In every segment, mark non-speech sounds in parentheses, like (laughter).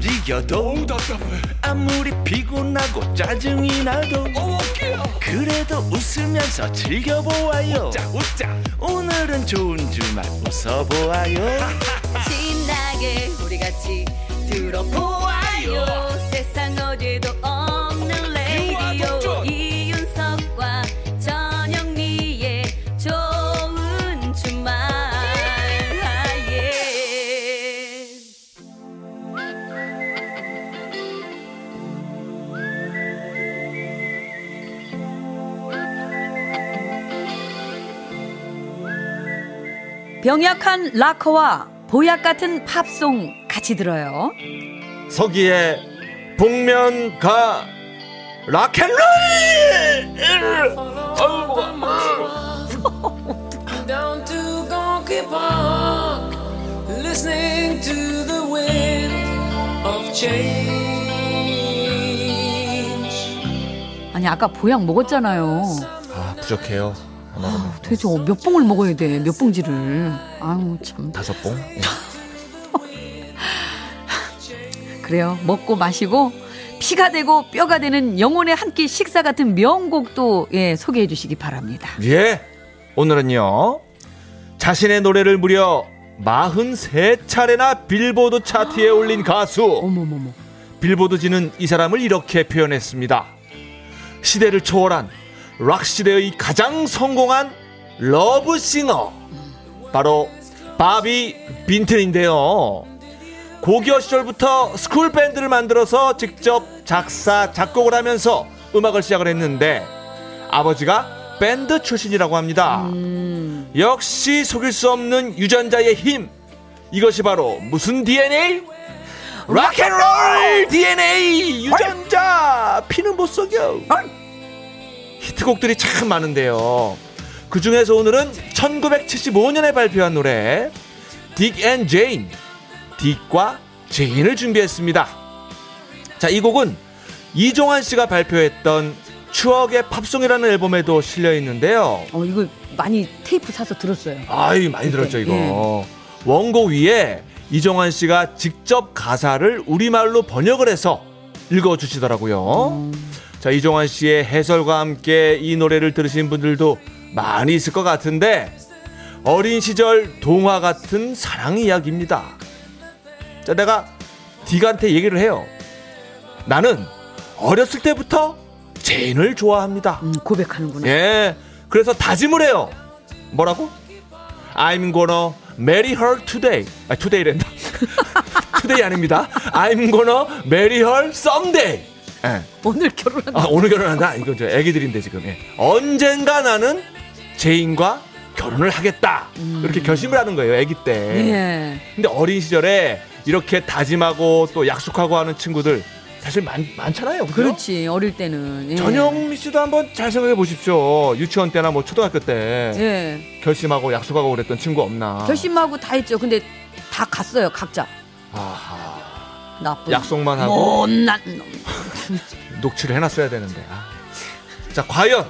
생겨도 어우 답답해 아무리 피곤하고 짜증이 나도 어우 웃겨 그래도 웃으면서 즐겨보아요 자 웃자 오늘은 좋은 주말 웃어보아요 신나게 우리 같이 들어보아요 세상 어디도 없는 레이디오 동전. 이윤석과 전영미의 좋은 주말 아. 예. 병약한 락커와 보약 같은 팝송 같이 들어요. 서기의 복면가 락앤롤 어우 뭐가 down to Gonky Park, listening to the wind of change. 아니 아까 보약 먹었잖아요. 아 부족해요 하나는 도대체 몇 봉을 먹어야 돼? 몇 봉지를? 아우 참. 다섯 봉 그래요. 먹고 마시고 피가 되고 뼈가 되는 영혼의 한 끼 식사 같은 명곡도 예, 소개해 주시기 바랍니다. 예 오늘은요 자신의 노래를 무려 43차례나 빌보드 차트에 올린 가수 어머머머. 빌보드지는 이 사람을 이렇게 표현했습니다. 시대를 초월한 락 시대의 가장 성공한 러브 싱어 바로 바비 빈튼인데요. 고교 시절부터 스쿨 밴드를 만들어서 직접 작사 작곡을 하면서 음악을 시작을 했는데 아버지가 밴드 출신이라고 합니다. 역시 속일 수 없는 유전자의 힘 이것이 바로 무슨 DNA? 락앤롤 DNA 유전자 피는 못 속여 히트곡들이 참 많은데요 그 중에서 오늘은 1975년에 발표한 노래 딕 앤 제인 딕과 제인을 준비했습니다 자이 곡은 이종환 씨가 발표했던 추억의 팝송이라는 앨범에도 실려 있는데요 어 이거 많이 테이프 사서 들었어요. 아이 많이 들었죠 네. 이거 원고 위에 이정환 씨가 직접 가사를 우리말로 번역을 해서 읽어주시더라고요 자 이정환 씨의 해설과 함께 이 노래를 들으신 분들도 많이 있을 것 같은데 어린 시절 동화 같은 사랑 이야기입니다 자 내가 딕한테 얘기를 해요 나는 어렸을 때부터 제인을 좋아합니다 음, 고백하는구나. 예. 그래서 다짐을 해요. 뭐라고? I'm gonna marry her today. 아, today랜다. (laughs) today 아닙니다. I'm gonna marry her someday. 예. 오늘 결혼한 아, 오늘 결혼한다. 이거 저 애기들인데 지금. 예. 언젠가 나는 제인과 결혼을 하겠다. 이렇게 결심을 하는 거예요. 애기 때. 음. 예. 근데 어린 시절에 이렇게 다짐하고 또 약속하고 하는 친구들 사실 많, 많잖아요. 그죠? 그렇지. 어릴 때는. 예. 전영미 씨도 한번 잘 생각해 보십시오. 유치원 때나 뭐 초등학교 때 예. 결심하고 약속하고 그랬던 친구 없나? 아. 결심하고 다 했죠. 근데 다 갔어요. 각자. 아하. 나쁜. 약속만 하고 못난 놈. (laughs) 녹취를 해놨어야 되는데. 아. 자, 과연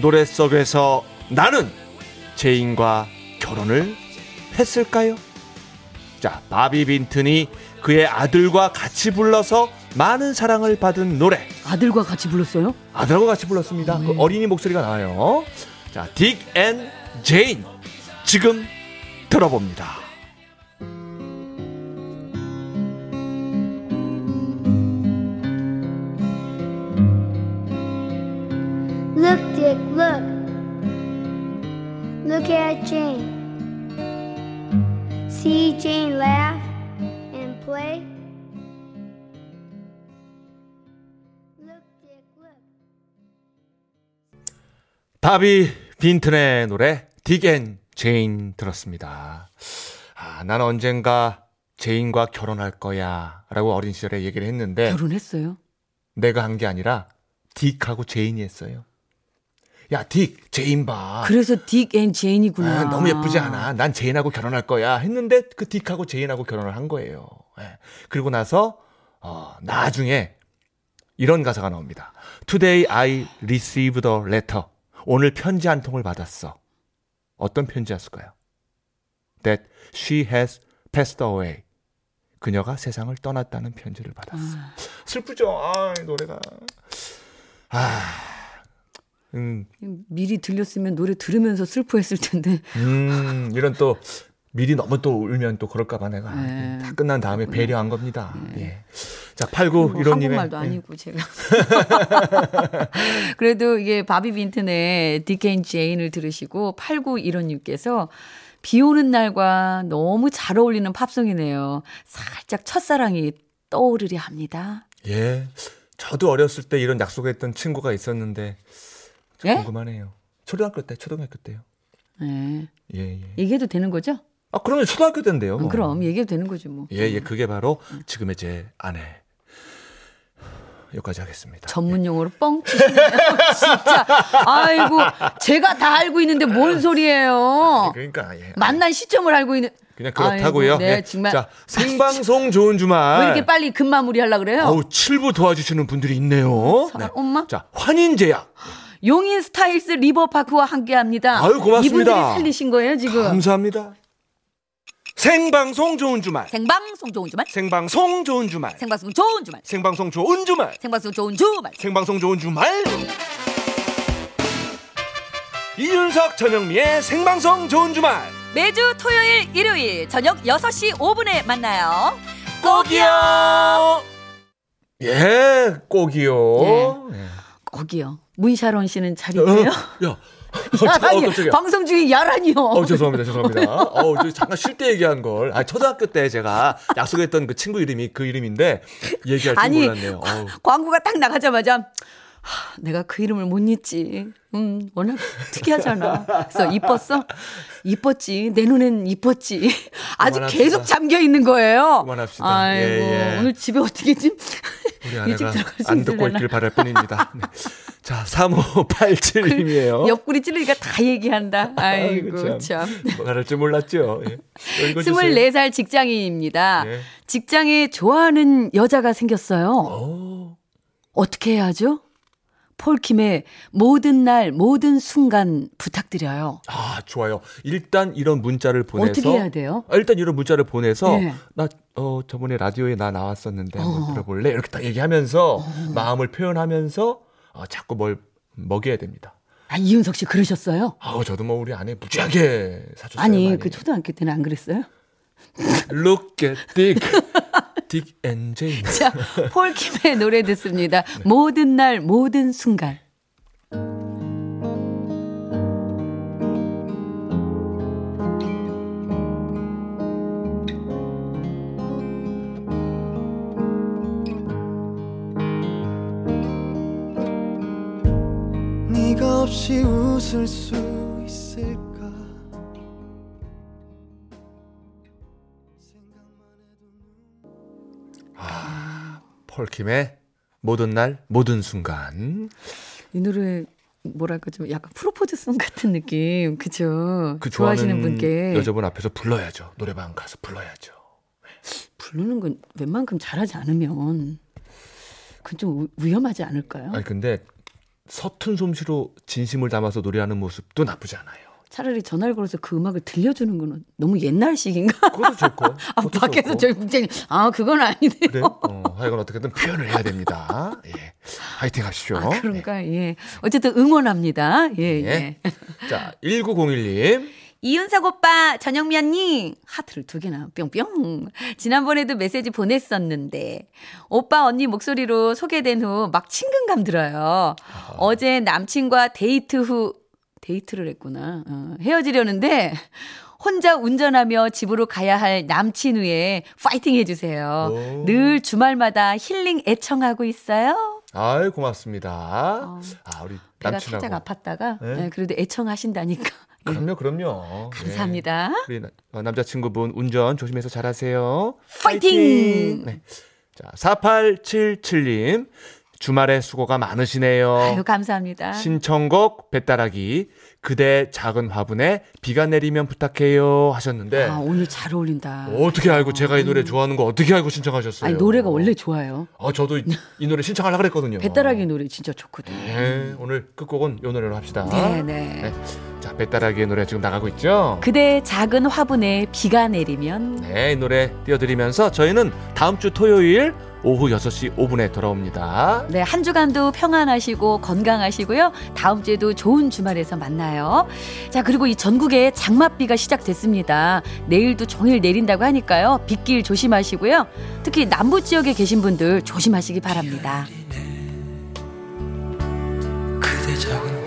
노래 속에서 나는 제인과 결혼을 했을까요? 자, 바비 빈튼이 그의 아들과 같이 불러서 많은 사랑을 받은 노래. 아들과 같이 불렀어요? 네. 아들하고 같이 불렀습니다. 그 어린이 목소리가 나와요. 자, 딕 앤 제인. 지금 들어봅니다. Look, Dick, look. Look at Jane. See Jane laugh and play. Look, Dick, look. 바비 빈튼의 노래 딕 앤 제인 들었습니다. 아, 난 언젠가 제인과 결혼할 거야. 라고 어린 시절에 얘기를 했는데 결혼했어요. 내가 한 게 아니라 딕하고 제인이 했어요. 야, 딕, 제인 봐. 그래서 딕 앤 제인이구나. 아, 너무 예쁘지 않아. 난 제인하고 결혼할 거야. 했는데 그 딕하고 제인하고 결혼을 한 거예요. 예. 그리고 나서 어, 나중에 이런 가사가 나옵니다. Today I received a letter. 오늘 편지 한 통을 받았어. 어떤 편지였을까요? That she has passed away. 그녀가 세상을 떠났다는 편지를 받았어. 슬프죠. 아, 이 노래가. 아. 음, 미리 들렸으면 노래 들으면서 슬퍼했을 텐데. 음, 이런 또 미리 너무 또 울면 또 그럴까봐 내가 네. 다 끝난 다음에 배려한 겁니다. 예. 자, 89 뭐 이런 네. 예. 님의 한국말도 아니고 제가. (laughs) 그래도 이게 바비 빈튼의 디케인 제인을 들으시고 89 이런 님께서 비 오는 날과 너무 잘 어울리는 팝송이네요. 살짝 첫사랑이 떠오르려 합니다. 예. 저도 어렸을 때 이런 약속했던 친구가 있었는데 참 예? 궁금하네요. 초등학교 때, 초등학교 때요. 네. 예, 예. 얘기해도 되는 거죠? 아, 그러면 초등학교 때인데요. 뭐. 음, 그럼 음. 얘기해도 되는 거죠 뭐. 예, 예. 그게 바로 지금의 제 아내. 여기까지 하겠습니다. 전문 용어로 뻥 치시네요. (laughs) 진짜. 아이고, 제가 다 알고 있는데 뭔 소리예요? 그러니까 예. 만난 시점을 알고 있는. 그냥 그렇다고요. 아이고, 네, 예. 정말. 자, 생방송 좋은 주말. 왜 이렇게 빨리 금 마무리 하려고 그래요? 네. 어우, 7부 도와주시는 분들이 있네요. 사랑 엄마? 자, 환인제약. 용인 스타일스 리버파크와 함께 합니다. 아유, 고맙습니다. 이분들이 살리신 거예요, 지금. 감사합니다. 생방송 좋은 주말. 생방송 좋은 주말. 생방송 좋은 주말. 생방송 좋은 주말. 생방송 좋은 주말. 생방송 좋은 주말. 생방송 좋은 주말. 이윤석 전영미의 생방송 좋은 주말. 매주 토요일, 일요일 저녁 6시 5분에 만나요. 꼭이요. 예, 꼭이요. 예. 거기요. 문샤론 씨는 잘 있네요. 야, (laughs) 어, 어, 깜짝이야. 방송 중에 야란이요. 어, 죄송합니다, 죄송합니다. 어, 저 잠깐 쉴 때 얘기한 걸. 아, 초등학교 때 제가 약속했던 그 친구 이름이 그 이름인데 얘기할 줄 아니 몰랐네요. 어우. 광- 광고가 딱 나가자마자 하, 내가 그 이름을 못 잊지. 음 워낙 특이하잖아. 그래서 이뻤어? 이뻤지. 내 눈엔 이뻤지. 아주 그만합시다. 계속 잠겨 있는 거예요. 그만합시다. 아이고 예, 예. 오늘 집에 어떻게 좀 (laughs) 우리 일찍 아내가 들어갈 수 안 듣고 있을려나. 있길 바랄 뿐입니다. 네. 자, 3587님이에요. 그 옆구리 찌르니까 다 얘기한다. 아이고 (laughs) 아이고, 참. 말할 줄 몰랐죠. 예. 또 읽어주세요. 24살 직장인입니다. 네. 직장에 좋아하는 여자가 생겼어요. 오, 어떻게 해야 하죠? 폴킴의 모든 날 모든 순간 부탁드려요. 아, 좋아요. 일단 이런 문자를 보내서 어떻게 해야 돼요? 아, 일단 이런 문자를 보내서 네. 나 어, 저번에 라디오에 나 나왔었는데 어. 한번 들어볼래? 이렇게 딱 얘기하면서 마음을 표현하면서 어, 자꾸 뭘 먹여야 됩니다. 아 이윤석 씨 그러셨어요? 아우 저도 뭐 우리 아내 무지하게 사줬어요. 아니 많이. 그 초등학교 때는 안 그랬어요? (laughs) Look at Dick, Dick and Jane. 자 폴킴의 노래 듣습니다. 모든 날 모든 순간. 네가 없이 웃을 수 있을까 폴킴의 모든 날 모든 순간. 이 노래 뭐랄까 좀 약간 프로포즈송 같은 느낌. 그죠? 그 좋아하시는 좋아하는 분께 여자분 앞에서 불러야죠. 노래방 가서 불러야죠. 부르는 건 웬만큼 잘하지 않으면 그건 좀 우- 위험하지 않을까요? 아니 근데 서툰 솜씨로 진심을 담아서 노래하는 모습도 나쁘지 않아요. 차라리 전화를 걸어서 그 음악을 들려주는 건 너무 옛날식인가? 그것도 좋고. (laughs) 아, 그것도 밖에서 좋고. 저희 국장님, 아, 그건 아니네. 그래? 어, 하여간 어떻게든 표현을 해야 됩니다. 예. 화이팅 하십시오. 아, 그런가, 예. 어쨌든 응원합니다. 예, 어? 예. 예. 예. 자, 1901님. 이윤석 오빠, 전영미 언니, 하트를 두 개나 뿅뿅. 지난번에도 메시지 보냈었는데, 오빠 언니 목소리로 소개된 후 막 친근감 들어요. 어제 남친과 데이트 후, 데이트를 했구나. 어, 헤어지려는데, 혼자 운전하며 집으로 가야 할 남친 후에 파이팅 해주세요. 오. 어, 늘 주말마다 힐링 애청하고 있어요. 아유, 고맙습니다. 어. 아, 우리 배가 남친하고. 살짝 아팠다가 네? 네, 그래도 (laughs) 애청하신다니까 그럼요, 그럼요. 예. 예. 감사합니다. 우리 나- 어, 남자친구분 운전 조심해서 잘하세요. 파이팅! 네. 자, 4877님. 주말에 수고가 많으시네요. 아유 감사합니다. 신청곡 배따라기 그대 작은 화분에 비가 내리면 부탁해요 하셨는데 아, 오늘 잘 어울린다. 어떻게 알고 제가 이 노래 좋아하는 거 어떻게 알고 신청하셨어요? 아니, 노래가 원래 좋아요. 아 저도 이, 이 노래 신청하려고 그랬거든요. 배따라기 노래 진짜 좋거든요. 네, 오늘 끝곡은 이 노래로 합시다. 네네. 네. 자 배따라기의 노래 지금 나가고 있죠? 그대 작은 화분에 비가 내리면 네, 이 노래 띄워드리면서 저희는 다음 주 토요일 오후 6시 5분에 돌아옵니다. 네, 한 주간도 평안하시고 건강하시고요. 다음 주에도 좋은 주말에서 만나요. 자, 그리고 이 전국에 장맛비가 시작됐습니다. 내일도 종일 내린다고 하니까요. 빗길 조심하시고요. 특히 남부 지역에 계신 분들 조심하시기 바랍니다. 그대 작은